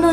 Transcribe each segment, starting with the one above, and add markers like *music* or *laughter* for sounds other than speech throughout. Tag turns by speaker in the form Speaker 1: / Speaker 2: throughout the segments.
Speaker 1: の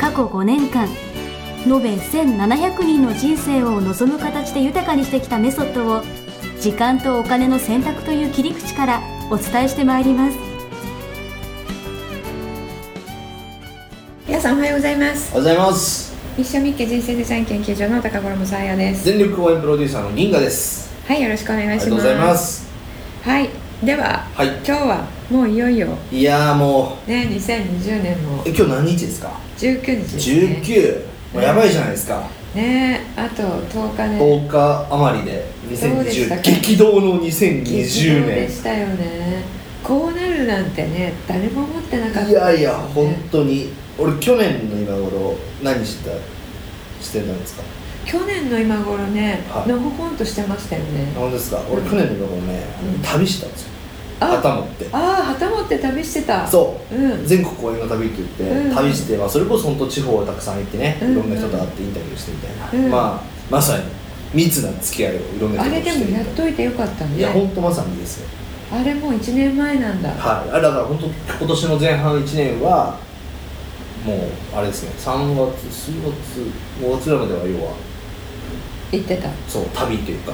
Speaker 1: 過去5年間延べ1700人の人生を望む形で豊かにしてきたメソッドを時間とお金の選択という切り口からお伝えしてまいります
Speaker 2: 皆さんおはようございます
Speaker 3: おはようございます
Speaker 2: 一緒みっけ人生デザイン研究所の高頃もさあやです
Speaker 3: 全力応援プロデューサーの銀河です
Speaker 2: はいよろしくお願いしま
Speaker 3: ありが
Speaker 2: す
Speaker 3: とうございます
Speaker 2: はいでは、
Speaker 3: はい
Speaker 2: 今日はもういよいよ
Speaker 3: いやーも
Speaker 2: ね2020年も
Speaker 3: うえ今日何日ですか
Speaker 2: 19日ですね
Speaker 3: 19もうやばいじゃないですか
Speaker 2: ねあと10日ね
Speaker 3: 10日余りで
Speaker 2: そうでした
Speaker 3: 2020
Speaker 2: か
Speaker 3: 激動の
Speaker 2: 激
Speaker 3: 2020
Speaker 2: 動で
Speaker 3: 年
Speaker 2: したよねこうなるなんてね誰も思ってなかった
Speaker 3: いやいや
Speaker 2: ですよ
Speaker 3: 本
Speaker 2: ね
Speaker 3: 当に俺去年の今頃何してたしてたんですか
Speaker 2: 去年の今頃ね、
Speaker 3: はい
Speaker 2: のほほんとしてましたよね
Speaker 3: 本当ですか俺去年の今頃ね
Speaker 2: うん
Speaker 3: 旅してたんですよ
Speaker 2: あ
Speaker 3: 旗持って
Speaker 2: ああ旗持って旅してた
Speaker 3: そう、
Speaker 2: うん
Speaker 3: 全国公演の旅って言って、
Speaker 2: うん
Speaker 3: 旅して、まあ、それこそ本当地方をたくさん行ってね、
Speaker 2: うん
Speaker 3: いろんな人と会ってインタビューしてみたいな、
Speaker 2: うん
Speaker 3: まあまさに密な付き合いをいろんな
Speaker 2: あ
Speaker 3: 人と
Speaker 2: れ
Speaker 3: して
Speaker 2: でも
Speaker 3: みた
Speaker 2: や
Speaker 3: い
Speaker 2: っ
Speaker 3: な
Speaker 2: といてよかったね
Speaker 3: いや本当まさにですよ、
Speaker 2: あれもう1年前なんだ
Speaker 3: はい、あれだから本当今年の前半1年はもうあれですね3月4月5月ぐらいまでは要は
Speaker 2: 行ってた、うん、
Speaker 3: そう旅というか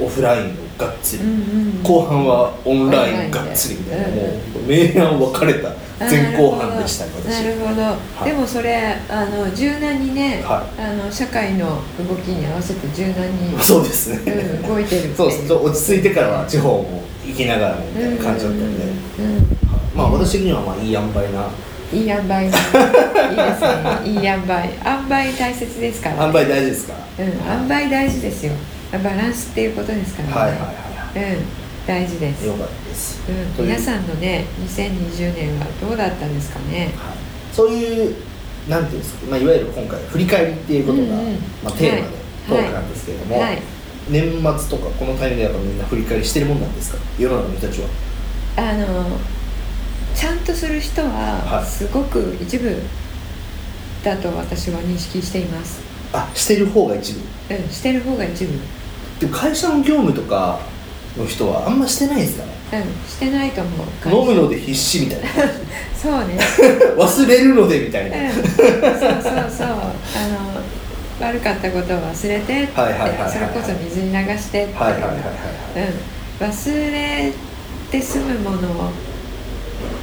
Speaker 3: オフラインをがっつり、
Speaker 2: うんうん
Speaker 3: 後半はオンラインがっつりみたいな、
Speaker 2: うん
Speaker 3: もう明暗分かれた前後半でしたね私
Speaker 2: なるほど、
Speaker 3: い
Speaker 2: でもそれあの柔軟にね、
Speaker 3: は
Speaker 2: あの社会の動きに合わせて柔軟に、
Speaker 3: *laughs* そうですね、
Speaker 2: うん、動いてるっていう
Speaker 3: そうです落ち着いてからは地方も行きながらもみたいな感じだったんで、
Speaker 2: うんうんうんうん
Speaker 3: まあ私的にはまあいい塩梅ない
Speaker 2: い塩梅
Speaker 3: *laughs*
Speaker 2: にいいですねいい塩梅塩梅大切ですから、ね、
Speaker 3: 塩梅大事ですか
Speaker 2: うん塩梅大事ですよバランスっていうことですからね
Speaker 3: はいはいは
Speaker 2: うん大事です
Speaker 3: いよかったです、
Speaker 2: う
Speaker 3: と
Speaker 2: ん、
Speaker 3: いう
Speaker 2: 皆さんのね2020年はどうだったんですかね
Speaker 3: はい、そういうなんていうんですか、まあ、いわゆる今回振り返りっていうことが、
Speaker 2: うんうん
Speaker 3: まあ、テーマで
Speaker 2: はい
Speaker 3: トークなんですけれども、
Speaker 2: はい
Speaker 3: 年末とかこのタイミングでやっぱみんな振り返りしてるもんなんですか世の中の人たちは
Speaker 2: あのちゃんとする人は
Speaker 3: はい
Speaker 2: すごく一部だと私は認識しています、
Speaker 3: あしてる方が一部
Speaker 2: うん、してる方が一部、うん、
Speaker 3: でも会社の業務とかの人はあんましてないですかね
Speaker 2: してないと思う
Speaker 3: 飲むので必死みたいな *laughs*
Speaker 2: そうね、
Speaker 3: 忘れるのでみた
Speaker 2: う
Speaker 3: い
Speaker 2: ん、
Speaker 3: *laughs* な、
Speaker 2: そうそうそうあの悪かったことを忘れてって
Speaker 3: はいはいはいはい
Speaker 2: それこそ水に流してっていう
Speaker 3: はいはいはいはい
Speaker 2: うん、忘れて済むもの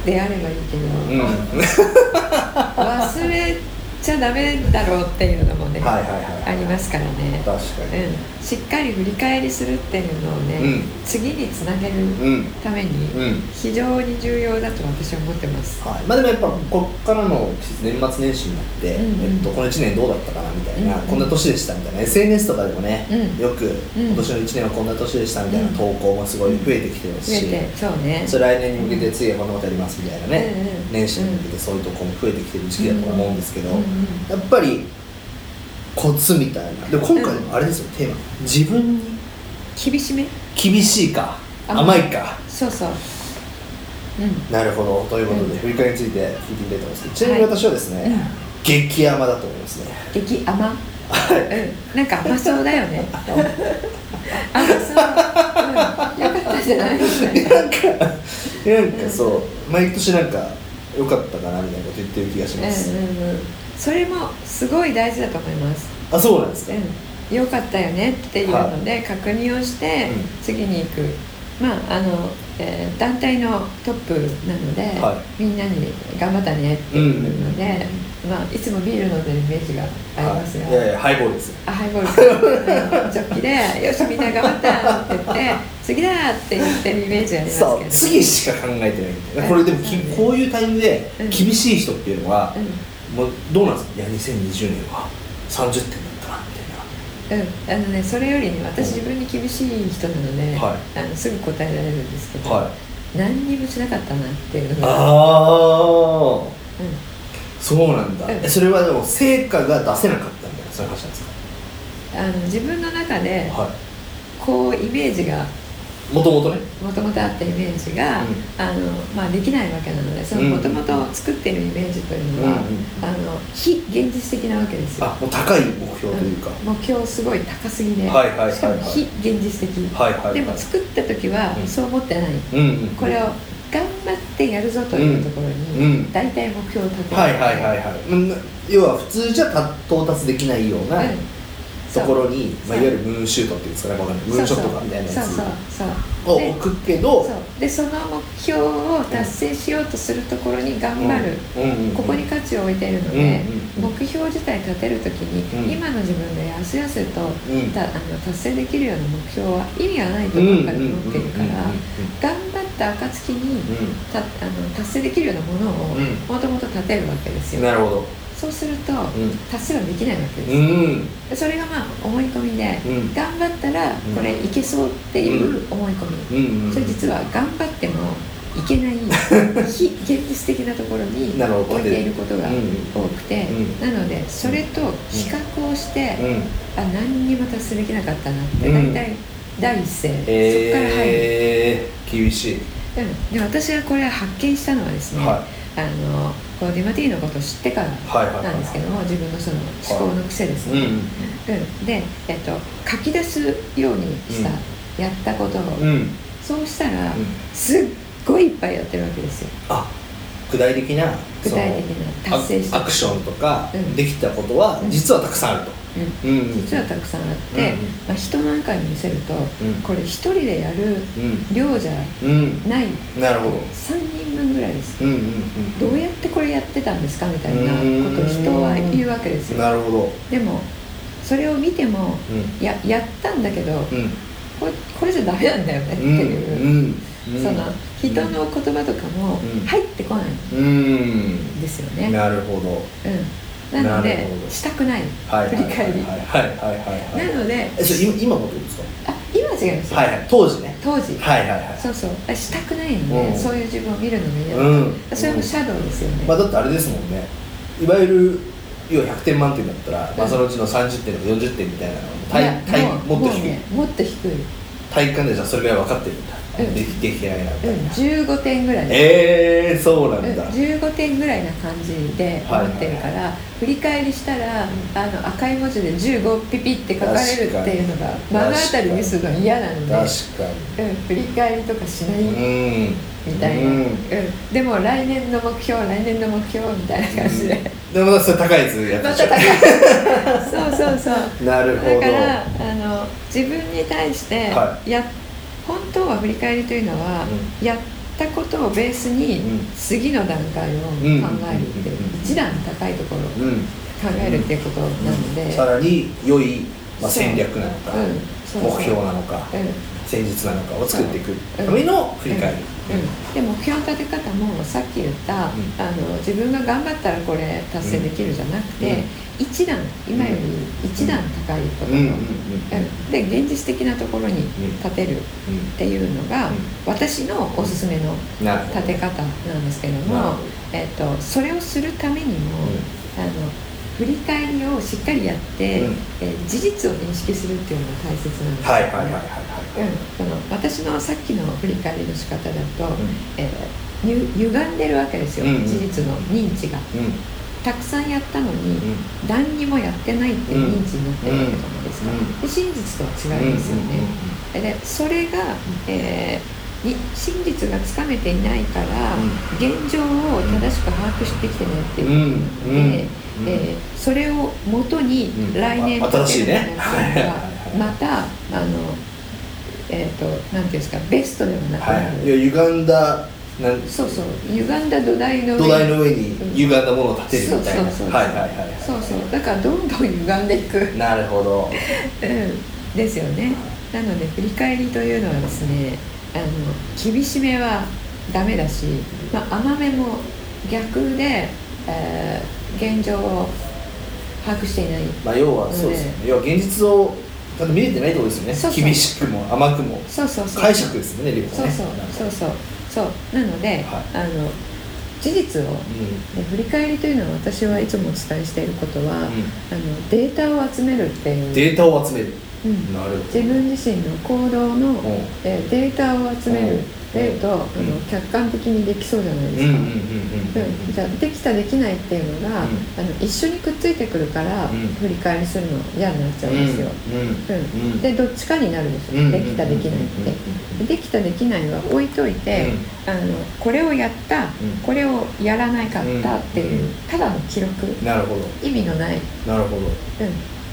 Speaker 2: であればいいけど、
Speaker 3: はいうん
Speaker 2: 忘れちゃダメだろうっていうのもね、
Speaker 3: はいはいはい
Speaker 2: ありますからね、
Speaker 3: 確かに
Speaker 2: うん、しっかり振り返りするっていうのをね、
Speaker 3: うん
Speaker 2: 次につなげる
Speaker 3: うん
Speaker 2: ため
Speaker 3: うん、
Speaker 2: に非常に重要だと私は思ってます、
Speaker 3: はい、まあでもやっぱこっからの年末年始になって、
Speaker 2: うんうん
Speaker 3: えっと、この1年どうだったかなみたいな、
Speaker 2: うんうん
Speaker 3: こんな年でしたみたいな SNS とかでもね、
Speaker 2: うん
Speaker 3: よく
Speaker 2: ん
Speaker 3: 今年の1年はこんな年でしたみたいな投稿もすごい増えてきてます
Speaker 2: 増え
Speaker 3: し、
Speaker 2: てそうね
Speaker 3: それ来年に向けて次はこんなことやりますみたいなね、
Speaker 2: うんうん
Speaker 3: 年始に向けてそういうとこも増えてきてる時期だと思うんですけど、
Speaker 2: うんうん
Speaker 3: やっぱりコツみたいなでも今回もあれですよ、テーマ自分に
Speaker 2: 厳しめ
Speaker 3: 厳しいか
Speaker 2: あ
Speaker 3: 甘いか
Speaker 2: そうそううん
Speaker 3: なるほどということ
Speaker 2: うん
Speaker 3: で振り返りについて聞いてみたいと思いますけどちなみに私はですね、
Speaker 2: うん
Speaker 3: 激甘だと思いますね
Speaker 2: 激甘うんなんか甘そうだよ
Speaker 3: *laughs*
Speaker 2: ね甘そう、うん、よかったんじゃ
Speaker 3: *laughs*
Speaker 2: ないみたいな
Speaker 3: なんかそう、毎年なんか良かったかなみたいなこと言ってる気がします、
Speaker 2: うんうんうんそれもすごい大事だと思います、
Speaker 3: あそうなんですか、
Speaker 2: うん、よかったよねっていうので確認をして
Speaker 3: う
Speaker 2: 次に行く、まああの、えー団体のトップなので、
Speaker 3: は
Speaker 2: みんなに頑張ったねっていうので、まあ、いつもビール飲んでるイメージがありますが、
Speaker 3: はいいやいやハイボールですよ
Speaker 2: あハイボールかあのジョッキ
Speaker 3: *laughs*
Speaker 2: で「よしみんな頑張った!」って言って「次だ!」って言ってるイメージありますけど
Speaker 3: そう次しか考えてないんでこれでもき
Speaker 2: うん
Speaker 3: こういうタイミングで
Speaker 2: うん
Speaker 3: 厳しい人っていうのは
Speaker 2: う、ん
Speaker 3: もうどうなんですかいや2020年は30点だったなみたい
Speaker 2: う
Speaker 3: な
Speaker 2: ん、あのねそれよりね私自分に厳しい人なので、
Speaker 3: は
Speaker 2: あのすぐ答えられるんですけど、
Speaker 3: はい
Speaker 2: 何にもしなかったなっていうのが、
Speaker 3: ああ
Speaker 2: うん
Speaker 3: そうなんだ、
Speaker 2: うん
Speaker 3: それはでも成果が出せなかったみたいなそういう話なんです
Speaker 2: あの自分の中で
Speaker 3: かは
Speaker 2: こうイメージが
Speaker 3: いもともとね
Speaker 2: もともとあったイメージが、
Speaker 3: うん
Speaker 2: あのまあ、できないわけなのでその
Speaker 3: うん
Speaker 2: もともと作ってるイメージというのは、
Speaker 3: うんうん
Speaker 2: あの非現実的なわけですよ
Speaker 3: あもう高い目標というか、
Speaker 2: 目標すごい高すぎで、
Speaker 3: はいはいはいはい
Speaker 2: しかも非現実的、
Speaker 3: はいはいはい
Speaker 2: でも作った時は
Speaker 3: うん
Speaker 2: そう思ってない、
Speaker 3: うんうん
Speaker 2: これを頑張ってやるぞというところ
Speaker 3: う
Speaker 2: に
Speaker 3: ん
Speaker 2: 大体目標を立てる
Speaker 3: はいはいはいはいうん要は普通じゃた到達できないような
Speaker 2: うん
Speaker 3: と
Speaker 2: そう
Speaker 3: ころに、まあ、
Speaker 2: そう
Speaker 3: いわゆるムーンシュートっていうんですかねわかんないムーンショットかみたいなや
Speaker 2: そう
Speaker 3: つ
Speaker 2: そうそうそう
Speaker 3: を
Speaker 2: で
Speaker 3: 置くけど
Speaker 2: そうでその目標を達成しようとするところに頑張る、
Speaker 3: うんうんうん
Speaker 2: ここに価値を置いているので、
Speaker 3: うんうんうん
Speaker 2: 目標自体立てるときに、
Speaker 3: うん
Speaker 2: 今の自分でやすやすと、
Speaker 3: うん
Speaker 2: たあの達成できるような目標は意味がないと
Speaker 3: うんうんうん
Speaker 2: 僕は
Speaker 3: うんうん
Speaker 2: 思っているから、頑張った暁に、たあの達成できるようなものを
Speaker 3: うん
Speaker 2: もともと立てるわけです
Speaker 3: うん
Speaker 2: よ、
Speaker 3: なるほど
Speaker 2: そうすると、
Speaker 3: ん
Speaker 2: 達成はできないわけです、
Speaker 3: うん
Speaker 2: でそれがまあ思い込みで、
Speaker 3: うん
Speaker 2: 頑張ったらこれいけそうっていう思い込み、
Speaker 3: うんうん
Speaker 2: それ実は頑張ってもいけ
Speaker 3: *laughs*
Speaker 2: ない非現実的なところに
Speaker 3: なるほど
Speaker 2: 置いていることが
Speaker 3: うん
Speaker 2: 多くて、
Speaker 3: うん
Speaker 2: なのでそれと比較をして、
Speaker 3: うん
Speaker 2: あ何にも達成できなかったなって、
Speaker 3: うん
Speaker 2: 大体第一声、そこから入る、
Speaker 3: えー、厳しい、
Speaker 2: うんで私がこれ発見したのはですね、
Speaker 3: は
Speaker 2: あのこのディマティーのことを知ってから
Speaker 3: いはいはいはい
Speaker 2: なんですけども自分のその思考の癖です
Speaker 3: うん
Speaker 2: ね、うんで、えっと、書き出すようにした、
Speaker 3: うん
Speaker 2: やったことを、
Speaker 3: うんうん
Speaker 2: そうしたら、すっごいいっぱいやってるわけですよ
Speaker 3: あ具体的な
Speaker 2: 具体
Speaker 3: その
Speaker 2: 的な達成した
Speaker 3: アクアクションとか、
Speaker 2: うん
Speaker 3: できたことは
Speaker 2: うん
Speaker 3: 実はたくさんあると、
Speaker 2: うん
Speaker 3: うんうん、
Speaker 2: 実はたくさんあって、
Speaker 3: うん
Speaker 2: まあ、人なんかに見せると、
Speaker 3: ん
Speaker 2: これ一人でやる
Speaker 3: うん
Speaker 2: 量じゃ
Speaker 3: うん
Speaker 2: ない
Speaker 3: なるほど
Speaker 2: 3人分ぐらいです
Speaker 3: うんうんうん
Speaker 2: どうやってこれやってたんですかみたいなことを人は言うわけですよ
Speaker 3: なるほど
Speaker 2: でもそれを見ても
Speaker 3: うん
Speaker 2: ややったんだけど
Speaker 3: うん
Speaker 2: これこれじゃダメなんだよねって
Speaker 3: うん
Speaker 2: いう、
Speaker 3: うんうん
Speaker 2: その人の言葉とかも
Speaker 3: うん
Speaker 2: 入ってこないん
Speaker 3: うん
Speaker 2: ですよね、
Speaker 3: なる
Speaker 2: う
Speaker 3: ほど
Speaker 2: ん、なの
Speaker 3: な
Speaker 2: で
Speaker 3: るほど
Speaker 2: したくない
Speaker 3: はい
Speaker 2: 振り返り
Speaker 3: はいはいはいはいはい
Speaker 2: なので
Speaker 3: えそれ今今もどうですか
Speaker 2: あ今は違いますよ、
Speaker 3: はいはい当時ね
Speaker 2: 当時、
Speaker 3: はいはいはい
Speaker 2: そうそうあしたくないんで、
Speaker 3: うん
Speaker 2: そういう自分を見るのも嫌だ、
Speaker 3: うん
Speaker 2: それもシャドウですよね、
Speaker 3: まあだってあれですもんねいわゆる要は100点満点だったら、まあ、
Speaker 2: うん
Speaker 3: そのうちの30点とか40点みたいなのを
Speaker 2: いや
Speaker 3: 体体
Speaker 2: も
Speaker 3: も
Speaker 2: うもう
Speaker 3: っと低い
Speaker 2: ねもっと低い、うん、
Speaker 3: 体感でじゃあそれぐらい分かってるんだ、
Speaker 2: うん
Speaker 3: できできてないなみたいな、
Speaker 2: 15点ぐらい
Speaker 3: ええー、そうな
Speaker 2: うん
Speaker 3: んだ、
Speaker 2: 15点ぐらいな感じで思ってるから、振り返りしたら、あの赤い文字で15ピピって書かれるっていうのが目
Speaker 3: 確かに
Speaker 2: の当たりにするの嫌なんで、
Speaker 3: 確
Speaker 2: う
Speaker 3: か
Speaker 2: ん、振り返りとかしない
Speaker 3: にうん
Speaker 2: みたいな、
Speaker 3: う
Speaker 2: うん
Speaker 3: ん
Speaker 2: でも来年の目標来年の目標みたいな感じで、
Speaker 3: でもまだそれ高いやつやった
Speaker 2: ま
Speaker 3: でしたょ、 *laughs*
Speaker 2: 高いそうそうそう
Speaker 3: なるほ
Speaker 2: だ
Speaker 3: ど
Speaker 2: からあの自分に対して
Speaker 3: は
Speaker 2: や、本当は振り返りというのは、やったことをベースに
Speaker 3: うん
Speaker 2: 次の段階を考えるっ
Speaker 3: ん
Speaker 2: ていう
Speaker 3: うんうんうんうん
Speaker 2: 一段高いところを
Speaker 3: うん
Speaker 2: 考えるっていうことなので、うん
Speaker 3: さらに良い、まあ、
Speaker 2: そう
Speaker 3: 戦略なのか、
Speaker 2: そうそう
Speaker 3: 目標なのか、
Speaker 2: うん
Speaker 3: 戦術なのかを作っていくための振り返り、
Speaker 2: うん、で目標の立て方もさっき言った、
Speaker 3: ん
Speaker 2: あの自分が頑張ったらこれ達成できるじゃなくて、一段今より一段高いこと、
Speaker 3: うんうんうん
Speaker 2: うんで現実的なところに立てるっていうのが、
Speaker 3: うん
Speaker 2: 私のおすすめの
Speaker 3: うんなるほど
Speaker 2: 立て方なんですけど
Speaker 3: なるほ
Speaker 2: も
Speaker 3: ど、
Speaker 2: えっとそれをするためにも、あの振り返りをしっかりやって、
Speaker 3: うん
Speaker 2: えー事実を認識するっていうのが大切なんです
Speaker 3: はいはいはいはい
Speaker 2: うん
Speaker 3: は、
Speaker 2: この私のさっきの振り返りの仕方だと、
Speaker 3: い、
Speaker 2: えーゆ歪んでるわけですよ、
Speaker 3: うんうん
Speaker 2: 事実の認知が
Speaker 3: うん
Speaker 2: たくさんやったのに、
Speaker 3: うん
Speaker 2: 何にもやってないっていう認知になってるわけじゃないですか、
Speaker 3: うんうん
Speaker 2: で真実とは違いますよね、でそれが、えーに真実がつかめていないから、
Speaker 3: うん
Speaker 2: 現状を正しく把握してきてねって
Speaker 3: う
Speaker 2: いう
Speaker 3: んう
Speaker 2: こ
Speaker 3: ん
Speaker 2: となので、
Speaker 3: うん
Speaker 2: えーそれをもとに
Speaker 3: うん
Speaker 2: 来年
Speaker 3: あ新しいね
Speaker 2: 立てる
Speaker 3: はい
Speaker 2: またあのえっ、となんていうんですかベストではなく
Speaker 3: は
Speaker 2: なる、
Speaker 3: い、いや歪んだなん
Speaker 2: そうそう歪んだ土台の上
Speaker 3: 土台の上に歪んだものを立てるみたい
Speaker 2: そう
Speaker 3: な、
Speaker 2: そうそう
Speaker 3: はいはいはいはい
Speaker 2: そうそうだからどんどん歪んでいく、うん、
Speaker 3: なるほど
Speaker 2: ですよねなので振り返りというのはですねあの厳しめはダメだし、まあ、甘めも逆で、えー現状を把握していない
Speaker 3: まあ要はそうですよね、要は現実をちゃんと見れてないってことですよね
Speaker 2: そうそう
Speaker 3: 厳しくも甘くも
Speaker 2: そうそうそう
Speaker 3: 解釈ですよねレビュー
Speaker 2: そう
Speaker 3: ね
Speaker 2: そう
Speaker 3: なんか
Speaker 2: そうそうそうなので、
Speaker 3: は
Speaker 2: あの事実を
Speaker 3: う
Speaker 2: で振り返りというのは私はいつもお伝えしていることは、あ
Speaker 3: ん
Speaker 2: のデータを集めるっていう
Speaker 3: データを集める
Speaker 2: うん
Speaker 3: なるほど
Speaker 2: 自分自身の行動の、
Speaker 3: うん
Speaker 2: えーデータを集めるっていうと、あ
Speaker 3: う
Speaker 2: の
Speaker 3: ん
Speaker 2: 客観的にできそうじゃないで
Speaker 3: うんう
Speaker 2: す
Speaker 3: ん
Speaker 2: か、
Speaker 3: うんうん
Speaker 2: うんじゃあできたできないっていうのが、
Speaker 3: うん
Speaker 2: あの一緒にくっついてくるから、
Speaker 3: うん
Speaker 2: 振り返りするの嫌になっちゃうんですよ、うん
Speaker 3: うんうん
Speaker 2: でどっちかになるでしょ、
Speaker 3: うん
Speaker 2: できたできないって、
Speaker 3: う
Speaker 2: できたできないは置いといて、あのこれをやった、
Speaker 3: ん
Speaker 2: これをやらなかったっていう、
Speaker 3: うん
Speaker 2: ただの記録
Speaker 3: なるほど
Speaker 2: 意味のない、うん、
Speaker 3: なるほど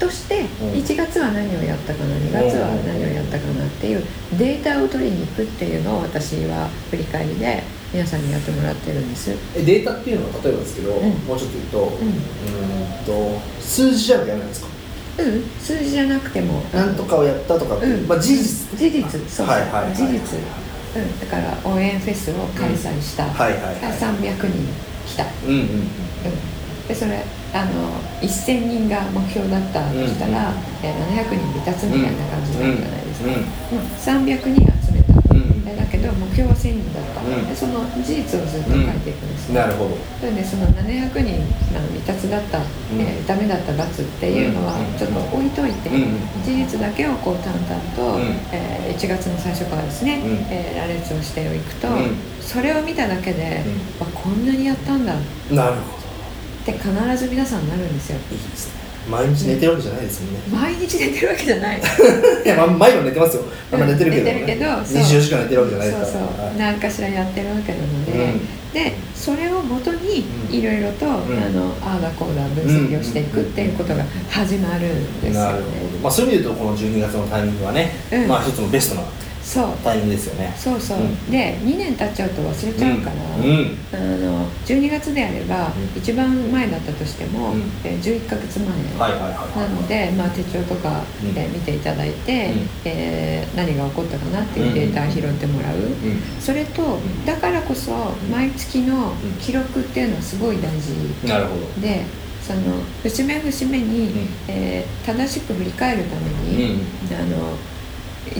Speaker 2: として、
Speaker 3: うん
Speaker 2: 1月は何をやったかな2月は何をやったかなっていうデータを取りに行くっていうのを私は振り返りで皆さんにやってもらってるんです、
Speaker 3: えデータっていうのは例えばですけど、
Speaker 2: うん
Speaker 3: もうちょっと言うと,、
Speaker 2: う
Speaker 3: うんん、と数字じゃなきゃダメなんですか
Speaker 2: うん、数字じゃなくても
Speaker 3: なんとかをやったとかって、
Speaker 2: うん
Speaker 3: まあ、事実
Speaker 2: 事実そうそう、
Speaker 3: はいはいはい
Speaker 2: 事実、うん、だから応援フェスを開催した、
Speaker 3: はいはい
Speaker 2: が
Speaker 3: は
Speaker 2: 300人来た、
Speaker 3: いうんうん
Speaker 2: うん、でそれあの1000人が目標だったとしたら、
Speaker 3: うん
Speaker 2: えー700人満たすみたいな感じになるじゃないですか、
Speaker 3: うん
Speaker 2: うん300人集めた
Speaker 3: うん
Speaker 2: でだけど目標は1000人だった、
Speaker 3: うん
Speaker 2: でその事実をずっと書いていくんです
Speaker 3: うん
Speaker 2: ね、
Speaker 3: なるほど
Speaker 2: なのでその700人あの未達だった、
Speaker 3: ん
Speaker 2: えーダメだった罰っていうのは
Speaker 3: うん
Speaker 2: ちょっと置いといて、
Speaker 3: うん
Speaker 2: 事実だけをこう淡々と、
Speaker 3: うん
Speaker 2: えー1月の最初からですね、
Speaker 3: うん
Speaker 2: えー羅列をしていくと、
Speaker 3: うん
Speaker 2: それを見ただけで、あこんなにやったんだっ
Speaker 3: なるほ
Speaker 2: て必ず皆さんなるんですよ
Speaker 3: どいいですね毎日寝てるわけじゃないですもんね、 *laughs*
Speaker 2: 毎日寝てるわけじゃない
Speaker 3: いやまあ毎晩寝てますよ、まあ、寝てるけど,、ね
Speaker 2: 寝てるけどそう
Speaker 3: 24時間寝てるわけじゃないです
Speaker 2: そ
Speaker 3: か
Speaker 2: う
Speaker 3: ら
Speaker 2: そう、
Speaker 3: はい
Speaker 2: 何かしらやってるわけなので、でそれをもとに
Speaker 3: うん
Speaker 2: いろいろと、
Speaker 3: ん
Speaker 2: あのああだこうだ分析をしていくっていうことが始まるん
Speaker 3: う
Speaker 2: で
Speaker 3: ん、
Speaker 2: すよ
Speaker 3: なるほど、
Speaker 2: ね。
Speaker 3: まあ、そういう意味で言うとこの12月のタイミングはね、
Speaker 2: うん
Speaker 3: まあ一つのベストな
Speaker 2: そう
Speaker 3: タイミングですよね
Speaker 2: そうそう、
Speaker 3: うん
Speaker 2: で2年経っちゃうと忘れちゃうから、
Speaker 3: うんうん
Speaker 2: あの12月であれば、
Speaker 3: うん
Speaker 2: 一番前だったとしても、
Speaker 3: うん
Speaker 2: えー11ヶ月前、
Speaker 3: はいはいはいは
Speaker 2: な
Speaker 3: い
Speaker 2: ので、まあ、手帳とか
Speaker 3: うん
Speaker 2: で見ていただいて、
Speaker 3: うん
Speaker 2: えー何が起こったかなっていうデータを拾ってもらう、
Speaker 3: う
Speaker 2: それと
Speaker 3: ん
Speaker 2: だからこそ毎月の記録っていうのはすごい大事
Speaker 3: ん、なるほど
Speaker 2: でその節目節目に、
Speaker 3: うん
Speaker 2: えー正しく振り返るため
Speaker 3: うん
Speaker 2: に、あの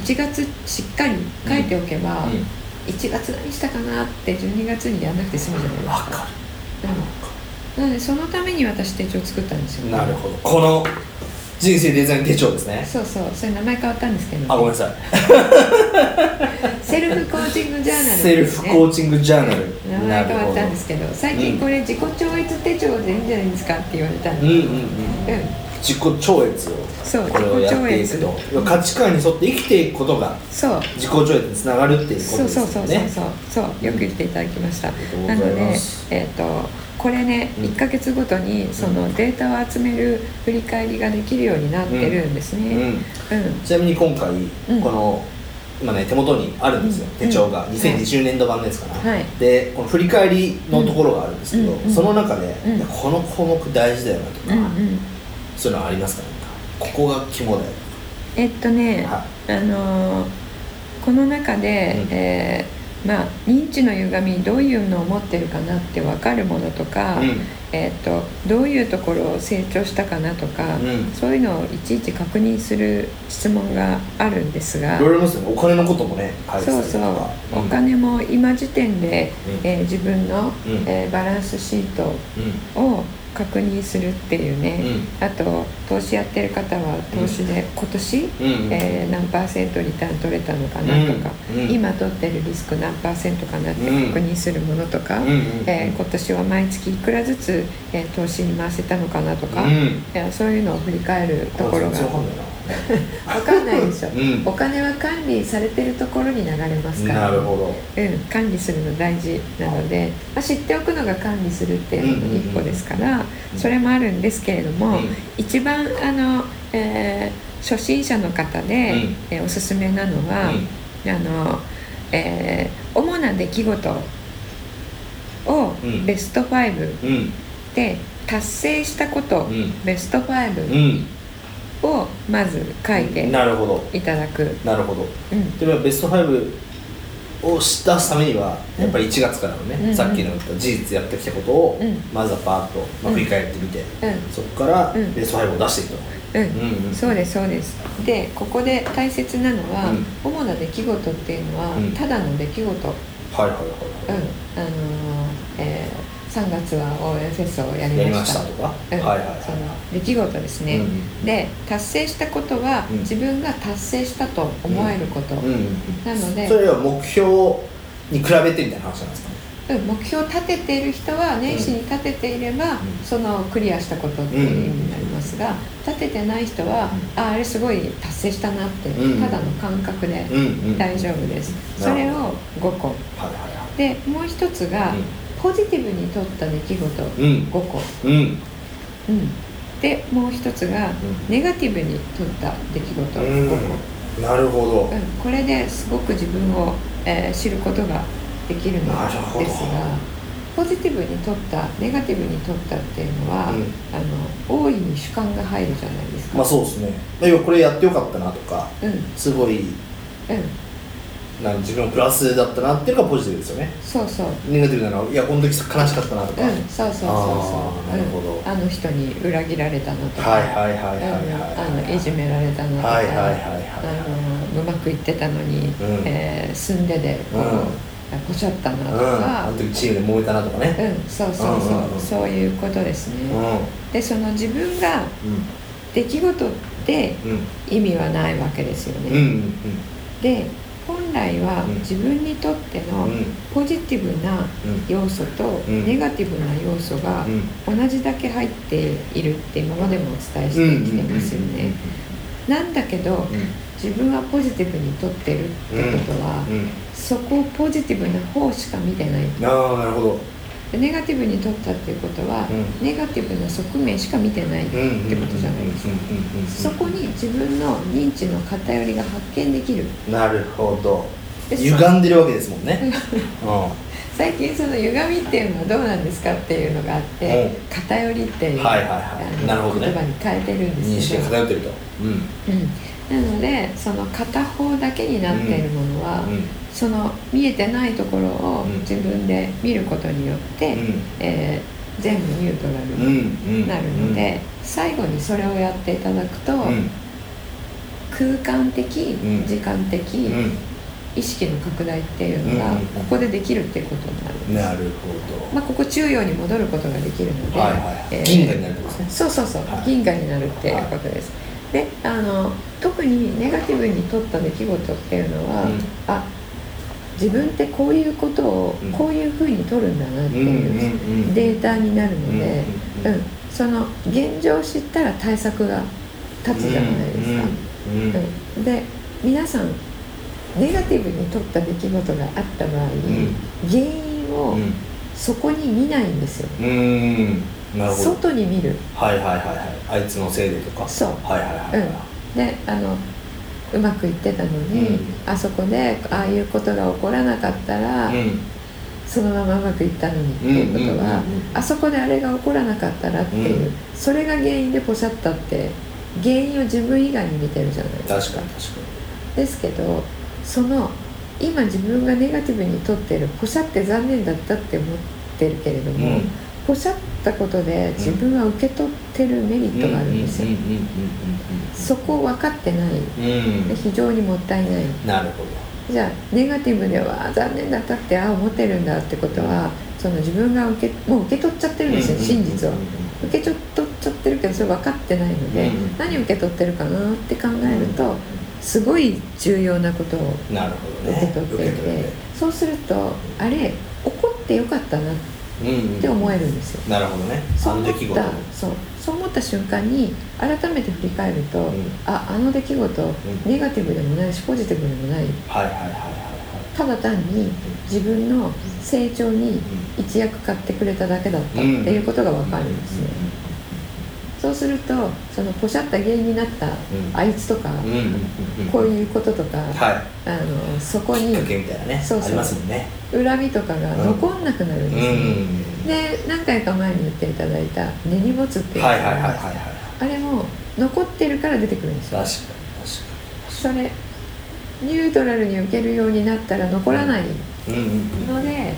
Speaker 2: 1月しっかり書いておけば、
Speaker 3: うん
Speaker 2: 1月何したかなって12月にやらなくて済むじゃないですか
Speaker 3: わか
Speaker 2: うんなのでそのために私手帳作ったんですよ、
Speaker 3: るなるほどこの人生デザイン手帳ですね
Speaker 2: そうそうそれ名前変わったんですけど
Speaker 3: あごめんなさい
Speaker 2: セルフコーチングジャーナル
Speaker 3: セルフコーチングジャーナル
Speaker 2: 名前変わったんですけど最近これ自己超越手帳でいいんじゃないですかって言われたん
Speaker 3: う
Speaker 2: で、
Speaker 3: んうん
Speaker 2: う
Speaker 3: うんん自己超越を
Speaker 2: そう
Speaker 3: これをやっていく
Speaker 2: 自己
Speaker 3: と価値観に沿って生きていくことが
Speaker 2: そう
Speaker 3: 自己超越につながるっていうこ
Speaker 2: そう
Speaker 3: とです
Speaker 2: そ
Speaker 3: よ
Speaker 2: うそうそう
Speaker 3: ね
Speaker 2: そうそうよく言っていただきました、
Speaker 3: うん
Speaker 2: な
Speaker 3: ありがとう
Speaker 2: の
Speaker 3: ござい
Speaker 2: で
Speaker 3: ます
Speaker 2: えっ、とこれね、
Speaker 3: うん
Speaker 2: 1ヶ月ごとにそのデータを集める振り返りができるようになってるんです
Speaker 3: う
Speaker 2: ねう
Speaker 3: ん
Speaker 2: ん、
Speaker 3: ちなみに今回
Speaker 2: うん
Speaker 3: この今ね手元にあるんですよ
Speaker 2: うん
Speaker 3: 手帳が
Speaker 2: うん
Speaker 3: 2020年度版ですから
Speaker 2: はい
Speaker 3: でこの振り返りのところがあるんですけ
Speaker 2: う
Speaker 3: ど
Speaker 2: んうん
Speaker 3: その中で
Speaker 2: うん
Speaker 3: いやこの項目大事だよ
Speaker 2: う
Speaker 3: なと
Speaker 2: んうん
Speaker 3: かそういうのありますかなんかここが肝だよ
Speaker 2: えっとね、
Speaker 3: は
Speaker 2: あのーこの中で、
Speaker 3: うん
Speaker 2: えーまあ、認知の歪みどういうのを持ってるかなって分かるものとか、
Speaker 3: うん
Speaker 2: えっとどういうところを成長したかなとか、
Speaker 3: うん
Speaker 2: そういうのをいちいち確認する質問があるんですが
Speaker 3: いろいろありますよねお金のこともね書いて
Speaker 2: そ
Speaker 3: たり
Speaker 2: う
Speaker 3: と
Speaker 2: そう
Speaker 3: か
Speaker 2: お金も今時点で、
Speaker 3: うん
Speaker 2: えー自分の、
Speaker 3: うん
Speaker 2: えーバランスシートを確認するっていうね、あと投資やってる方は投資で今年、
Speaker 3: うんうんうん
Speaker 2: えー何パーセントリターン取れたのかなとか、
Speaker 3: うんうん
Speaker 2: 今取ってるリスク何パーセントかなって
Speaker 3: うん
Speaker 2: 確認するものとか、
Speaker 3: うんうんうん
Speaker 2: えー今年は毎月いくらずつ、えー投資に回せたのかなとか、
Speaker 3: うん
Speaker 2: えーそういうのを振り返るところ
Speaker 3: あ
Speaker 2: が
Speaker 3: 全然わかん
Speaker 2: わ
Speaker 3: ない
Speaker 2: かんないでしょ、
Speaker 3: うん
Speaker 2: お金は管理されてるところに流れますか
Speaker 3: な
Speaker 2: ら
Speaker 3: なるほど
Speaker 2: うん、管理するの大事なので、まあ、知っておくのが管理するっていうのの一歩ですから、
Speaker 3: うん
Speaker 2: それもあるんですけれども、
Speaker 3: うん
Speaker 2: 一番あの、えー初心者の方で、
Speaker 3: うん
Speaker 2: えーおすすめなのは、あのえー主な出来事を
Speaker 3: うん
Speaker 2: ベスト5
Speaker 3: うんうん
Speaker 2: で達成したこと、
Speaker 3: うん
Speaker 2: ベスト
Speaker 3: う
Speaker 2: 5
Speaker 3: ん
Speaker 2: をまず書いて
Speaker 3: なるほど
Speaker 2: いただく。
Speaker 3: なるほど
Speaker 2: うん
Speaker 3: 例えばベスト5を出すためにはやっぱり1月からのね、
Speaker 2: うん
Speaker 3: さっきの言った事実やってきたことを、
Speaker 2: うん
Speaker 3: まずはバーッと、
Speaker 2: う
Speaker 3: まあ、
Speaker 2: ん
Speaker 3: 振り返ってみて、
Speaker 2: うん
Speaker 3: そこから
Speaker 2: うん
Speaker 3: ベスト5を出していくと、
Speaker 2: うん
Speaker 3: うんうん
Speaker 2: そうですそうですでここで大切なのは、
Speaker 3: うん
Speaker 2: 主な出来事っていうのは、
Speaker 3: うん
Speaker 2: ただの出来事、うん
Speaker 3: はいはいはいはい
Speaker 2: あのーえ3月は応援フェスをやり
Speaker 3: やり
Speaker 2: ま
Speaker 3: ま
Speaker 2: し
Speaker 3: したたとか、
Speaker 2: うん
Speaker 3: はいはいはい
Speaker 2: その出来事ですね、
Speaker 3: うん
Speaker 2: で達成したことは
Speaker 3: うん
Speaker 2: 自分が達成したと思えること、
Speaker 3: うんうん
Speaker 2: なので
Speaker 3: それは目標に比べてみたいな話なんですかね
Speaker 2: うん目標を立てている人は年始に立てていれば、
Speaker 3: ん
Speaker 2: そのクリアしたことっていう意味になりますが、立ててない人は、ああれすごい達成したなって、
Speaker 3: うん
Speaker 2: ただの感覚で
Speaker 3: うんうん
Speaker 2: 大丈夫です、
Speaker 3: な
Speaker 2: そ
Speaker 3: る
Speaker 2: れ
Speaker 3: ほ
Speaker 2: を5個
Speaker 3: はいはいは
Speaker 2: でもう一つが、
Speaker 3: うん
Speaker 2: ポジティブにとった出来事
Speaker 3: いうん
Speaker 2: 5個、
Speaker 3: うん
Speaker 2: うんでもう一つが、ネガティブにとった出来事5個、
Speaker 3: うんなるほど、
Speaker 2: うんこれですごく自分を、えー知ることができるの
Speaker 3: なるほど
Speaker 2: ですがポジティブにとったネガティブにとったっていうのは、あ
Speaker 3: うん
Speaker 2: の大いに主観が入るじゃないですか、
Speaker 3: まあそうですねでもこれやってよかったなとか
Speaker 2: うんうん
Speaker 3: すごいなんか自分のプラスだったなっていうのがポジティブですよね
Speaker 2: そうそう
Speaker 3: ネガティブなのはいやこの時悲しかったなとか、
Speaker 2: うんそうそうそうそう
Speaker 3: あーなるほど
Speaker 2: うん、あの人に裏切られたのとか、
Speaker 3: はいはいはいはい
Speaker 2: あ
Speaker 3: はい
Speaker 2: のあのいじめられたのとか、
Speaker 3: はいはいはい
Speaker 2: あのうまくいってたのに、
Speaker 3: うん
Speaker 2: えー住んででこう、
Speaker 3: うん
Speaker 2: こしゃったなと
Speaker 3: はいうん
Speaker 2: か、
Speaker 3: あの時チームで燃えたなとかね
Speaker 2: うん、そうそうそう、
Speaker 3: うんうんうん
Speaker 2: そういうことです
Speaker 3: う
Speaker 2: ね、
Speaker 3: んうん
Speaker 2: でその自分が出来事って
Speaker 3: うん
Speaker 2: 意味はないわけですよね、
Speaker 3: うんうん
Speaker 2: で本来は
Speaker 3: うん
Speaker 2: 自分にとって
Speaker 3: う
Speaker 2: の
Speaker 3: ん
Speaker 2: ポジティブな要素と
Speaker 3: ん
Speaker 2: ネガティブな要素が
Speaker 3: うん
Speaker 2: 同じだけ入っているって今までもお伝え
Speaker 3: うん
Speaker 2: してきてますよねなんだけど
Speaker 3: うんうん
Speaker 2: 自分はポジティブにとってるってことは
Speaker 3: うん
Speaker 2: そこをポジティブな方しか見てない
Speaker 3: ああなるほど
Speaker 2: でネガティブにとったっていうことは、
Speaker 3: う
Speaker 2: ネガティブな側面しか見てないって
Speaker 3: うん
Speaker 2: ことじゃないですか、
Speaker 3: うんうんうんうんうん
Speaker 2: そこに自分の認知の偏りが発見できる
Speaker 3: なるほど
Speaker 2: で
Speaker 3: 歪んでるわけですもんねう
Speaker 2: 最近その歪みっていうのはどうなんですかっていうのがあって
Speaker 3: う偏
Speaker 2: 偏りってい
Speaker 3: ん
Speaker 2: う、
Speaker 3: はいはい
Speaker 2: あ
Speaker 3: はい
Speaker 2: の
Speaker 3: なるほど
Speaker 2: 言葉
Speaker 3: ね
Speaker 2: に変えてるん
Speaker 3: 認
Speaker 2: です
Speaker 3: 識
Speaker 2: け
Speaker 3: が
Speaker 2: ど、
Speaker 3: 偏ってるとう
Speaker 2: う
Speaker 3: ん
Speaker 2: ん、なのでその片方だけになっているものは、
Speaker 3: うん
Speaker 2: その見えてないところを
Speaker 3: うん
Speaker 2: 自分で見ることによって、
Speaker 3: うん
Speaker 2: えー全部ニュートラル
Speaker 3: うんうん
Speaker 2: になるので、最後にそれをやっていただくと、
Speaker 3: うん
Speaker 2: 空間的、
Speaker 3: うん
Speaker 2: 時間的、
Speaker 3: う
Speaker 2: 意識の拡大っていうのが
Speaker 3: うんう
Speaker 2: こ
Speaker 3: ん
Speaker 2: こでできるっていうことになるん
Speaker 3: ん
Speaker 2: です、
Speaker 3: なるほ
Speaker 2: まあ、ここ中央に戻ることができるので、
Speaker 3: どはいはい
Speaker 2: えー
Speaker 3: はい銀河になるってことですね
Speaker 2: そうそうそう、
Speaker 3: はい
Speaker 2: 銀河になるっていうことです、であの特にネガティブにとった出来事っていうのは、
Speaker 3: うん
Speaker 2: あ自分ってこういうことを
Speaker 3: うん
Speaker 2: こういうふうにとるんだなって
Speaker 3: うん
Speaker 2: いう
Speaker 3: うんうん
Speaker 2: データになるので、う
Speaker 3: う
Speaker 2: んん
Speaker 3: うんうん
Speaker 2: その現状を知ったら対策が立つじゃないですか、
Speaker 3: うんうん
Speaker 2: うんで皆さんネガティブにとった出来事があった場合、
Speaker 3: ん
Speaker 2: 原因を
Speaker 3: うん
Speaker 2: そこに見ないんですよ、
Speaker 3: うんなるほど
Speaker 2: 外に見る
Speaker 3: はいはいはいはいあいつのせいでとか
Speaker 2: そう
Speaker 3: はいはいはいは
Speaker 2: であのうまくいってたのに、
Speaker 3: うん
Speaker 2: あそこでああいうことが起こらなかったら、
Speaker 3: いうん
Speaker 2: そのままうまくいったのにっていうことは、
Speaker 3: うんうんうんうん
Speaker 2: あそこであれが起こらなかったらっていう、
Speaker 3: うん
Speaker 2: それが原因でポシャったって原因を自分以外に見てるじゃないですか
Speaker 3: 確かに確か
Speaker 2: ですけどその今自分がネガティブにとってるポシャって残念だったって思ってるけれど
Speaker 3: に
Speaker 2: も、ポシャったことで自分は受け取ってるメリットがあるんですよ、
Speaker 3: うんうんうんうんうんうん
Speaker 2: そこを分かってない
Speaker 3: うん
Speaker 2: 非常にもったいない
Speaker 3: なるほど
Speaker 2: じゃあネガティブではあ残念だったってああ思ってるんだってことはその自分が受けもう受け取っちゃってるんですよ真実を
Speaker 3: うんうん
Speaker 2: 受け取っちゃってるけどそれ分かってないので
Speaker 3: うん
Speaker 2: 何受け取ってるかなって考
Speaker 3: うんうん
Speaker 2: えるとすごい重要なことを
Speaker 3: なるほど
Speaker 2: 受
Speaker 3: ね
Speaker 2: け取ってい
Speaker 3: 受け
Speaker 2: てそうするとあれ怒ってよかったなっ
Speaker 3: 取ってうん
Speaker 2: て思えるんですよ
Speaker 3: なるほどね
Speaker 2: そう
Speaker 3: あの
Speaker 2: 思っ
Speaker 3: 出来事
Speaker 2: たそうそう思った瞬間に改めて振り返ると、
Speaker 3: ん
Speaker 2: ああの出来事、
Speaker 3: ん
Speaker 2: ネガティブでもないしポジティブでもない
Speaker 3: はいはいはいはい
Speaker 2: ただ単に自分の成長に一役買ってくれただけだったっていうことが分か
Speaker 3: はい
Speaker 2: るんですね、そうするとそのポシャった原因になったあいつとか、
Speaker 3: うんうんうんうん
Speaker 2: こういうこととか、
Speaker 3: は
Speaker 2: あのそこ
Speaker 3: いき
Speaker 2: に
Speaker 3: っかけみたいなね
Speaker 2: そうそう
Speaker 3: ありますもんね
Speaker 2: 恨みとかが残んなくなるん
Speaker 3: う
Speaker 2: で
Speaker 3: ん
Speaker 2: すね、で何回か前に言っていただいた根に持つっていうのが
Speaker 3: は
Speaker 2: あ
Speaker 3: い
Speaker 2: り
Speaker 3: はいはい
Speaker 2: ま
Speaker 3: は
Speaker 2: す
Speaker 3: いはい
Speaker 2: あれも残ってるから出てくるんです
Speaker 3: 確か
Speaker 2: よ
Speaker 3: に
Speaker 2: それニュートラルに受けるようになったら残らない
Speaker 3: 確かにうんうんうん
Speaker 2: ので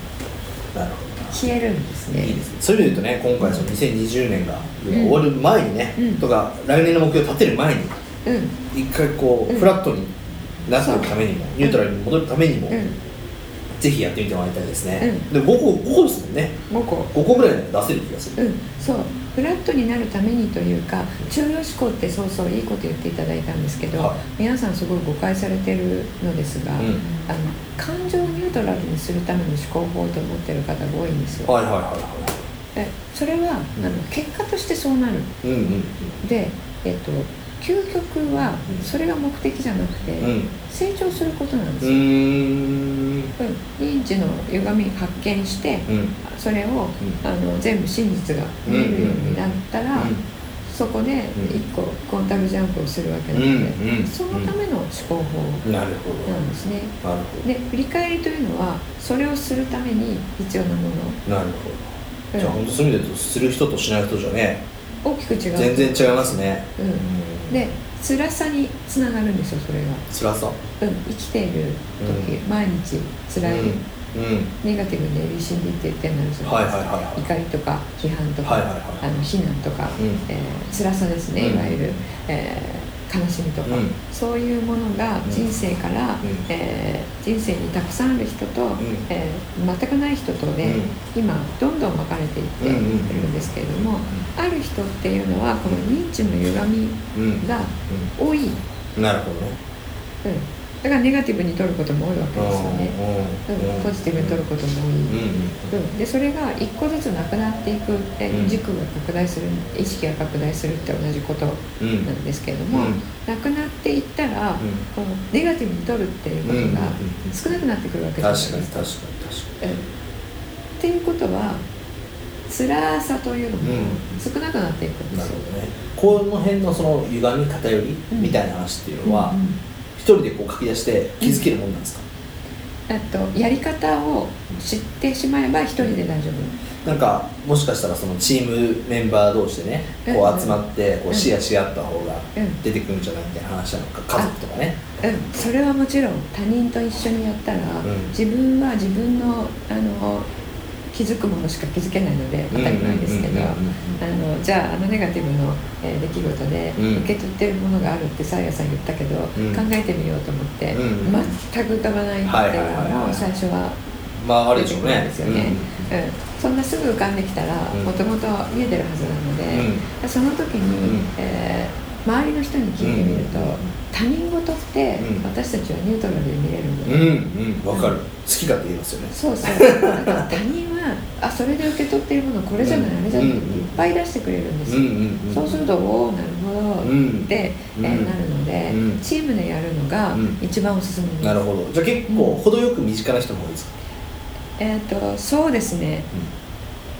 Speaker 3: なるほど
Speaker 2: 消えるんですね
Speaker 3: いいですねそういう意味で言うとね今回その2020年が終わる前にね、
Speaker 2: うん
Speaker 3: とか来年の目標を立てる前に
Speaker 2: うん
Speaker 3: 一回こう、
Speaker 2: うん
Speaker 3: フラットになっておくためにもニュートラルに戻るためにも、
Speaker 2: うん
Speaker 3: ぜひやってみてもらいたいですね、
Speaker 2: うん
Speaker 3: で僕ここですもんね
Speaker 2: 5個
Speaker 3: 5個ぐらい出せる気がする、
Speaker 2: うん、そうフラットになるためにというか中庸思考ってそうそういいこと言っていただいたんですけど、
Speaker 3: はい
Speaker 2: 皆さんすごい誤解されてるのですが、
Speaker 3: うん
Speaker 2: あの感情をニュートラルにするための思考法と思ってる方が多いんですよ、
Speaker 3: はいはいはいは
Speaker 2: でそれは、
Speaker 3: うん
Speaker 2: あの結果としてそうなる
Speaker 3: いうんうん
Speaker 2: でえっと究極は
Speaker 3: うん
Speaker 2: それが目的じゃなくて、
Speaker 3: うんうん
Speaker 2: 成長することなんです
Speaker 3: う
Speaker 2: よ、
Speaker 3: ーん
Speaker 2: うん認知の歪み発見して、
Speaker 3: うん
Speaker 2: それを、あの全部真実が見えるようになったら、そこで
Speaker 3: うん
Speaker 2: 一個コンタクジャンプをするわけ
Speaker 3: う
Speaker 2: なの
Speaker 3: ん
Speaker 2: で、
Speaker 3: うんうん
Speaker 2: そのための思考法
Speaker 3: なるほど
Speaker 2: なんですね。
Speaker 3: なるほ
Speaker 2: で振り返りというのはそれをするために必要なもの、
Speaker 3: どなるほ
Speaker 2: う
Speaker 3: ど
Speaker 2: ん
Speaker 3: じゃあ本当そういう意味で言うとする人としない人じゃね
Speaker 2: 大きく違う
Speaker 3: 全然違いますね
Speaker 2: うん、で辛さにつながるんですよそれが、
Speaker 3: 辛さ
Speaker 2: うん、生きている時、
Speaker 3: う
Speaker 2: 毎日辛い、
Speaker 3: うんうん
Speaker 2: ネガティブで ABCD って言ってるのです
Speaker 3: はいはいはいはい
Speaker 2: 怒りとか批判とか、
Speaker 3: はいはいはい
Speaker 2: あの非難とか、
Speaker 3: うん
Speaker 2: えー辛さですね、
Speaker 3: うん
Speaker 2: いわゆる、えー悲しみとか、
Speaker 3: うん
Speaker 2: そういうものが
Speaker 3: うん
Speaker 2: 人生から、
Speaker 3: ん
Speaker 2: えー人生にたくさんある人と、えー全くない人とで、
Speaker 3: うん
Speaker 2: 今どんどん分かれていっている
Speaker 3: うんうん
Speaker 2: んですけれども、ある人っていうのはこの認知の歪み
Speaker 3: うん
Speaker 2: が多い、うん、
Speaker 3: うんなるほどね
Speaker 2: だからネガティブに取ることも多いわけですよね、
Speaker 3: うんうん
Speaker 2: うん、ポジティブに取ることも多い、
Speaker 3: うんう
Speaker 2: う
Speaker 3: ん
Speaker 2: ん、でそれが一個ずつなくなっていくで
Speaker 3: うん
Speaker 2: 軸が拡大する意識が拡大するって同じこと
Speaker 3: うんうん
Speaker 2: なんですけれども、
Speaker 3: うん
Speaker 2: なくなっていったら、
Speaker 3: うん
Speaker 2: このネガティブに取るっていうこ
Speaker 3: うんうん
Speaker 2: とが
Speaker 3: うん
Speaker 2: 少なくなってくるわけ
Speaker 3: 確
Speaker 2: じゃ
Speaker 3: か
Speaker 2: ない
Speaker 3: に
Speaker 2: です
Speaker 3: 確
Speaker 2: か。
Speaker 3: かに確か
Speaker 2: うんっていうことは辛さというのも
Speaker 3: うん
Speaker 2: 少なくなっていくん
Speaker 3: に
Speaker 2: で
Speaker 3: な
Speaker 2: す
Speaker 3: る
Speaker 2: よ。
Speaker 3: ほどねこの辺のその歪み偏り
Speaker 2: うん
Speaker 3: みたいな話っていう
Speaker 2: うん
Speaker 3: のは
Speaker 2: うん
Speaker 3: 一人でこう書き出して気づけるもんなんですか
Speaker 2: あとやり方を知ってしまえば一人で大丈夫。
Speaker 3: なんかもしかしたらそのチームメンバー同士でね
Speaker 2: うん
Speaker 3: こう集まってこ
Speaker 2: うん
Speaker 3: うシェアし合った方が
Speaker 2: うん
Speaker 3: 出てくるんじゃないみたいな話なのか家族とかね
Speaker 2: うん、それはもちろん他人と一緒にやったら、
Speaker 3: ん
Speaker 2: 自分は自分のあの気づくものしか気づけないので当たり前ですけど
Speaker 3: うんうん
Speaker 2: あのじゃああのネガティブの、えー出来事で
Speaker 3: うん
Speaker 2: 受け取ってるものがあるってサーヤさん言ったけど、
Speaker 3: ん
Speaker 2: 考えてみようと思って、
Speaker 3: うんうん
Speaker 2: 全く浮かばないって
Speaker 3: はいはいいは
Speaker 2: う
Speaker 3: い
Speaker 2: の
Speaker 3: は
Speaker 2: を
Speaker 3: い
Speaker 2: 最初は
Speaker 3: まああれ
Speaker 2: 出
Speaker 3: で
Speaker 2: て
Speaker 3: しょ
Speaker 2: く
Speaker 3: う
Speaker 2: るん
Speaker 3: ね
Speaker 2: ですよね。うんそんなすぐ浮かんできたら
Speaker 3: うん
Speaker 2: もともと見えてるはずなの
Speaker 3: う
Speaker 2: で
Speaker 3: ん、
Speaker 2: その時に、
Speaker 3: うん
Speaker 2: えー周りの人に聞いてみると、
Speaker 3: うん
Speaker 2: 他人事って
Speaker 3: うん
Speaker 2: 私たちはニュートラルで見れるので、
Speaker 3: うんうんうんわかる好きかって言いますよね
Speaker 2: そうそうだから他人はあそれで受け取っているものこれじゃない、
Speaker 3: うん
Speaker 2: あれじゃないって
Speaker 3: うん
Speaker 2: いっぱい出してくれるんですよ、
Speaker 3: うんうんうん
Speaker 2: そうするとおおなるほど、
Speaker 3: うん
Speaker 2: って、えー
Speaker 3: うん
Speaker 2: なるので、
Speaker 3: うん
Speaker 2: チームでやるのが
Speaker 3: うん
Speaker 2: 一番おすすめです、
Speaker 3: なるほどじゃあ結構程よく身近な人も多いですか
Speaker 2: えっ、とそうですね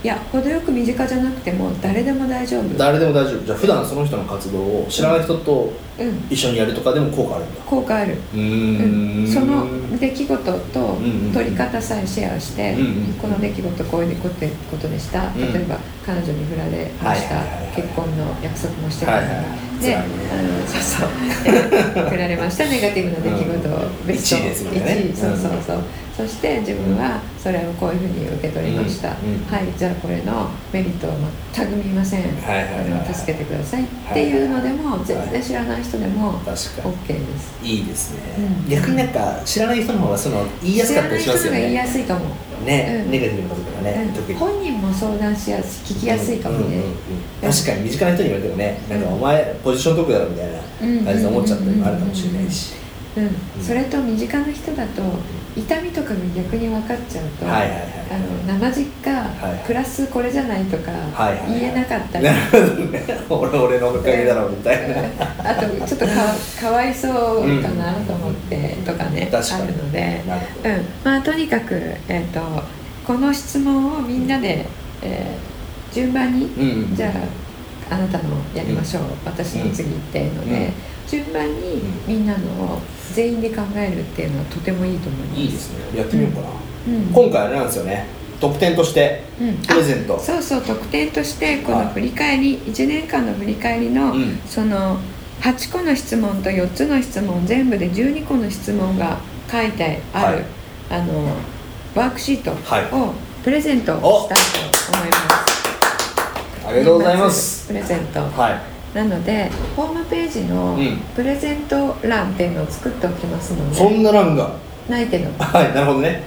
Speaker 2: いや程よく身近じゃなくても誰でも大丈夫
Speaker 3: 誰でも大丈夫じゃあ普段その人の活動を知らない人と
Speaker 2: うん
Speaker 3: 一緒にやるとかでも効果あるんだ
Speaker 2: 効果ある
Speaker 3: う
Speaker 2: う
Speaker 3: ー
Speaker 2: ん
Speaker 3: ん
Speaker 2: その出来事と
Speaker 3: んうん
Speaker 2: 取り方さえシェアして、
Speaker 3: うんうん
Speaker 2: この出来事こういうことでした、
Speaker 3: うん
Speaker 2: 例えば彼女に振られました、
Speaker 3: はいはいはいはい
Speaker 2: 結婚の約束もしてたのに、
Speaker 3: はいはいはい
Speaker 2: で、
Speaker 3: 辛いね
Speaker 2: あのそうそうえ *laughs* 振られましたネガティブな出来事を、
Speaker 3: うん
Speaker 2: ベスト
Speaker 3: 一位ですもんね
Speaker 2: 一位そうそうそう、そして自分はそれをこういうふうに受け取りました、
Speaker 3: うんうん
Speaker 2: はいじゃあこれのメリットを全く見ません、
Speaker 3: はいはいはい
Speaker 2: あの助けてくださいっていうのでも全然知らない人でも
Speaker 3: 確か
Speaker 2: OK です
Speaker 3: にいいですね、
Speaker 2: うん
Speaker 3: 逆になんか知らない人の方がその言いやすかったりします
Speaker 2: 知ら
Speaker 3: よ
Speaker 2: ない人の方が言い
Speaker 3: ね
Speaker 2: やすいかも、
Speaker 3: ね、
Speaker 2: うん
Speaker 3: ネガティブなこととかね、
Speaker 2: う
Speaker 3: 特
Speaker 2: ん、
Speaker 3: に
Speaker 2: 本人も相談しやすい聞きやすいかもね、
Speaker 3: うんうんうん確かに身近な人に言われてもね、なんかお前ポジション得だろみたいな感じで思っちゃったりもあるかもしれないし、
Speaker 2: うん
Speaker 3: うん
Speaker 2: それと身近な人だと痛みとかが逆に分かっちゃうと、
Speaker 3: はいはいはい
Speaker 2: あの生実家、
Speaker 3: はい
Speaker 2: プラスこれじゃないとか
Speaker 3: はいはいはい
Speaker 2: 言えなかった
Speaker 3: *laughs*
Speaker 2: り、
Speaker 3: なるほどね俺俺のおかげだろみたいな、
Speaker 2: あとちょっとかかわいそうかなと思ってとかね、
Speaker 3: 確かに
Speaker 2: あるので、
Speaker 3: なるほ
Speaker 2: う
Speaker 3: ど、
Speaker 2: んまあ、とにかく、えー、とこの質問をみんなで、えー順番に
Speaker 3: うんうん
Speaker 2: じゃああなたのやりましょう、私の次っていうので、
Speaker 3: うん
Speaker 2: 順番に
Speaker 3: う
Speaker 2: みんなのを全員で考えるっていうのはとてもいいと思います
Speaker 3: いいですねやってみようかな、
Speaker 2: うん
Speaker 3: 今回あれなんですよね特典として
Speaker 2: うん
Speaker 3: プレゼント
Speaker 2: あそうそう特典としてこの
Speaker 3: はい
Speaker 2: 振り返り1年間の振り返りの、
Speaker 3: うん
Speaker 2: その8個の質問と4つの質問全部で12個の質問が書いてある、あのワークシートをプレゼントしたいと思います、
Speaker 3: ありがとうございます
Speaker 2: プレゼント
Speaker 3: はい
Speaker 2: なのでホームページの
Speaker 3: うん
Speaker 2: プレゼント欄っていうのを作っておきますので、
Speaker 3: そんな欄が
Speaker 2: ないけど、うん、
Speaker 3: はいなるほどね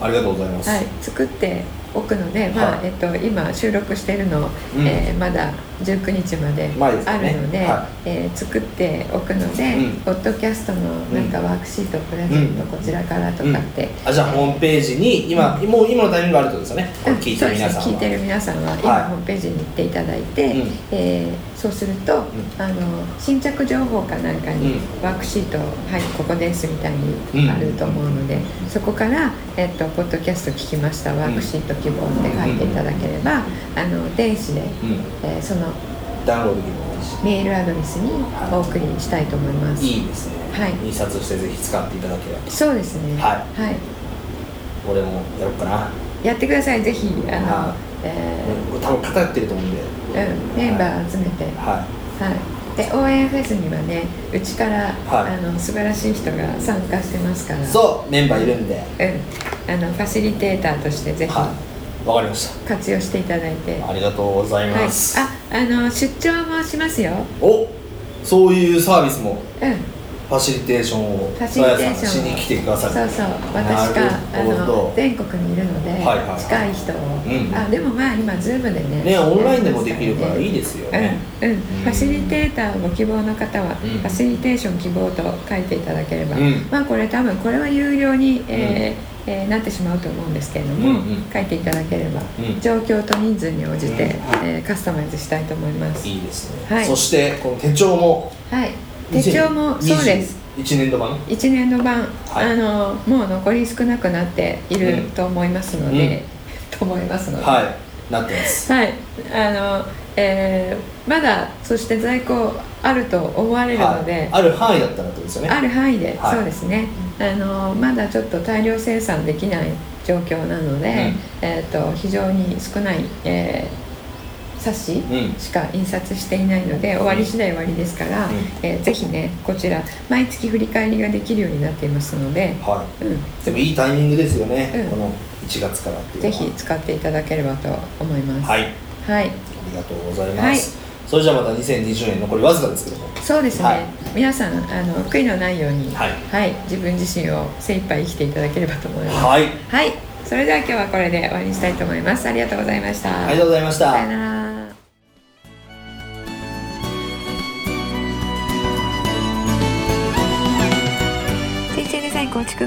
Speaker 2: は
Speaker 3: ありがとうございます、
Speaker 2: い、作っておくので、まあ
Speaker 3: はい
Speaker 2: えっと、今収録してるの、
Speaker 3: うん
Speaker 2: えーまだ19日まで
Speaker 3: 前ですね
Speaker 2: あるので
Speaker 3: は
Speaker 2: えー作っておくので、
Speaker 3: うん
Speaker 2: ポッドキャストのなんかワークシートプレゼントこちらからとかって、
Speaker 3: あじゃあホームページに今、もう今のタイミングがあるってことですよねこれ聞いてる皆さんは
Speaker 2: そうですね聞いてる皆さんは今、
Speaker 3: はい
Speaker 2: ホームページに行っていただいて、
Speaker 3: うん
Speaker 2: えーそうすると、
Speaker 3: ん
Speaker 2: あの新着情報かなんかに、
Speaker 3: う
Speaker 2: ワークシート「はいここです」みたいに
Speaker 3: うん
Speaker 2: あると思うので、そこから、えっと「ポッドキャスト聞きましたワークシート希望」って書いていただければ、あの電子で、
Speaker 3: う
Speaker 2: えーその
Speaker 3: ん、ダウンロードできるし
Speaker 2: メールアドレスにお送りしたいと思います。
Speaker 3: いいですね、
Speaker 2: はい
Speaker 3: 印刷してぜひ使っていただければ
Speaker 2: そうですね、
Speaker 3: は
Speaker 2: はい、
Speaker 3: 俺もやろうかな、
Speaker 2: やってくださいぜひあの、
Speaker 3: はい
Speaker 2: えー
Speaker 3: うん、多分偏ってると思うんで、
Speaker 2: うん、メンバー集めて、
Speaker 3: は
Speaker 2: はい、で応援フェスにはねうちから、
Speaker 3: はい
Speaker 2: あの素晴らしい人が参加してますから
Speaker 3: い、そうメンバーいるんでは
Speaker 2: うん、あのファシリテーターとしてぜひ
Speaker 3: いわかりまし
Speaker 2: 活用していただいて、
Speaker 3: たありがとうござい
Speaker 2: はい、
Speaker 3: ます、
Speaker 2: ああの出張もしますよ、
Speaker 3: おそういうサービスも
Speaker 2: うん、
Speaker 3: ファシリテーションを
Speaker 2: ファシリテー
Speaker 3: さ
Speaker 2: シ
Speaker 3: やさ
Speaker 2: ョ
Speaker 3: んし
Speaker 2: ン
Speaker 3: に
Speaker 2: を
Speaker 3: 来てくださる
Speaker 2: そうそう私が
Speaker 3: な
Speaker 2: あ
Speaker 3: るほど
Speaker 2: の全国にいるので、
Speaker 3: はいはいはい
Speaker 2: 近い人を、
Speaker 3: ん
Speaker 2: あでもまあ今 Zoom でね
Speaker 3: ねオンラインでもできるからいいですよね、
Speaker 2: うんうん、ファシリテーターをご希望の方は、
Speaker 3: うん
Speaker 2: ファシリテーション希望と書いていただければ、
Speaker 3: うん
Speaker 2: まあこれ多分これは有料に、えーえーなってしまうと思うんですけれども、
Speaker 3: うんうん
Speaker 2: 書いていただければ、
Speaker 3: うん
Speaker 2: 状況と人数に応じて、
Speaker 3: うん
Speaker 2: えーカスタマイズしたいと思います
Speaker 3: いいですね、
Speaker 2: はい
Speaker 3: そしてこの手帳も
Speaker 2: はい手帳もそうです
Speaker 3: 1年度版
Speaker 2: 1年の版、
Speaker 3: はい
Speaker 2: あのもう残り少なくなっていると思いますので、と思いますので、
Speaker 3: はいなってます
Speaker 2: はい、あの、えーまだそして在庫あると思われるので、
Speaker 3: はい、ある範囲だったらってことですよね
Speaker 2: ある範囲で、
Speaker 3: はい
Speaker 2: そうですねあのまだちょっと大量生産できない状況なので、えー、と非常に少ない、えー冊子
Speaker 3: うん
Speaker 2: しか印刷していないので終わり次第終わりですから、
Speaker 3: うん
Speaker 2: えーぜひねこちら毎月振り返りができるようになっていますので、
Speaker 3: は
Speaker 2: う
Speaker 3: いでもいいタイミングですよね、
Speaker 2: うん
Speaker 3: この1月からってい
Speaker 2: ん、
Speaker 3: うの
Speaker 2: ぜ
Speaker 3: は
Speaker 2: ひ使っていただければと思います。
Speaker 3: はいあ
Speaker 2: はい
Speaker 3: りがとうございます、それじゃあまた2020年残りわずかですけども
Speaker 2: そうですね、
Speaker 3: はい
Speaker 2: 皆さんあの悔いのないように、
Speaker 3: は
Speaker 2: はいい自分自身を精一杯生きていただければと思います。
Speaker 3: はい
Speaker 2: はい、それでは今日はこれで終わりにしたいと思います。ありがとうございました。
Speaker 3: ありがとうございました
Speaker 2: さよなら。人生デザイン構築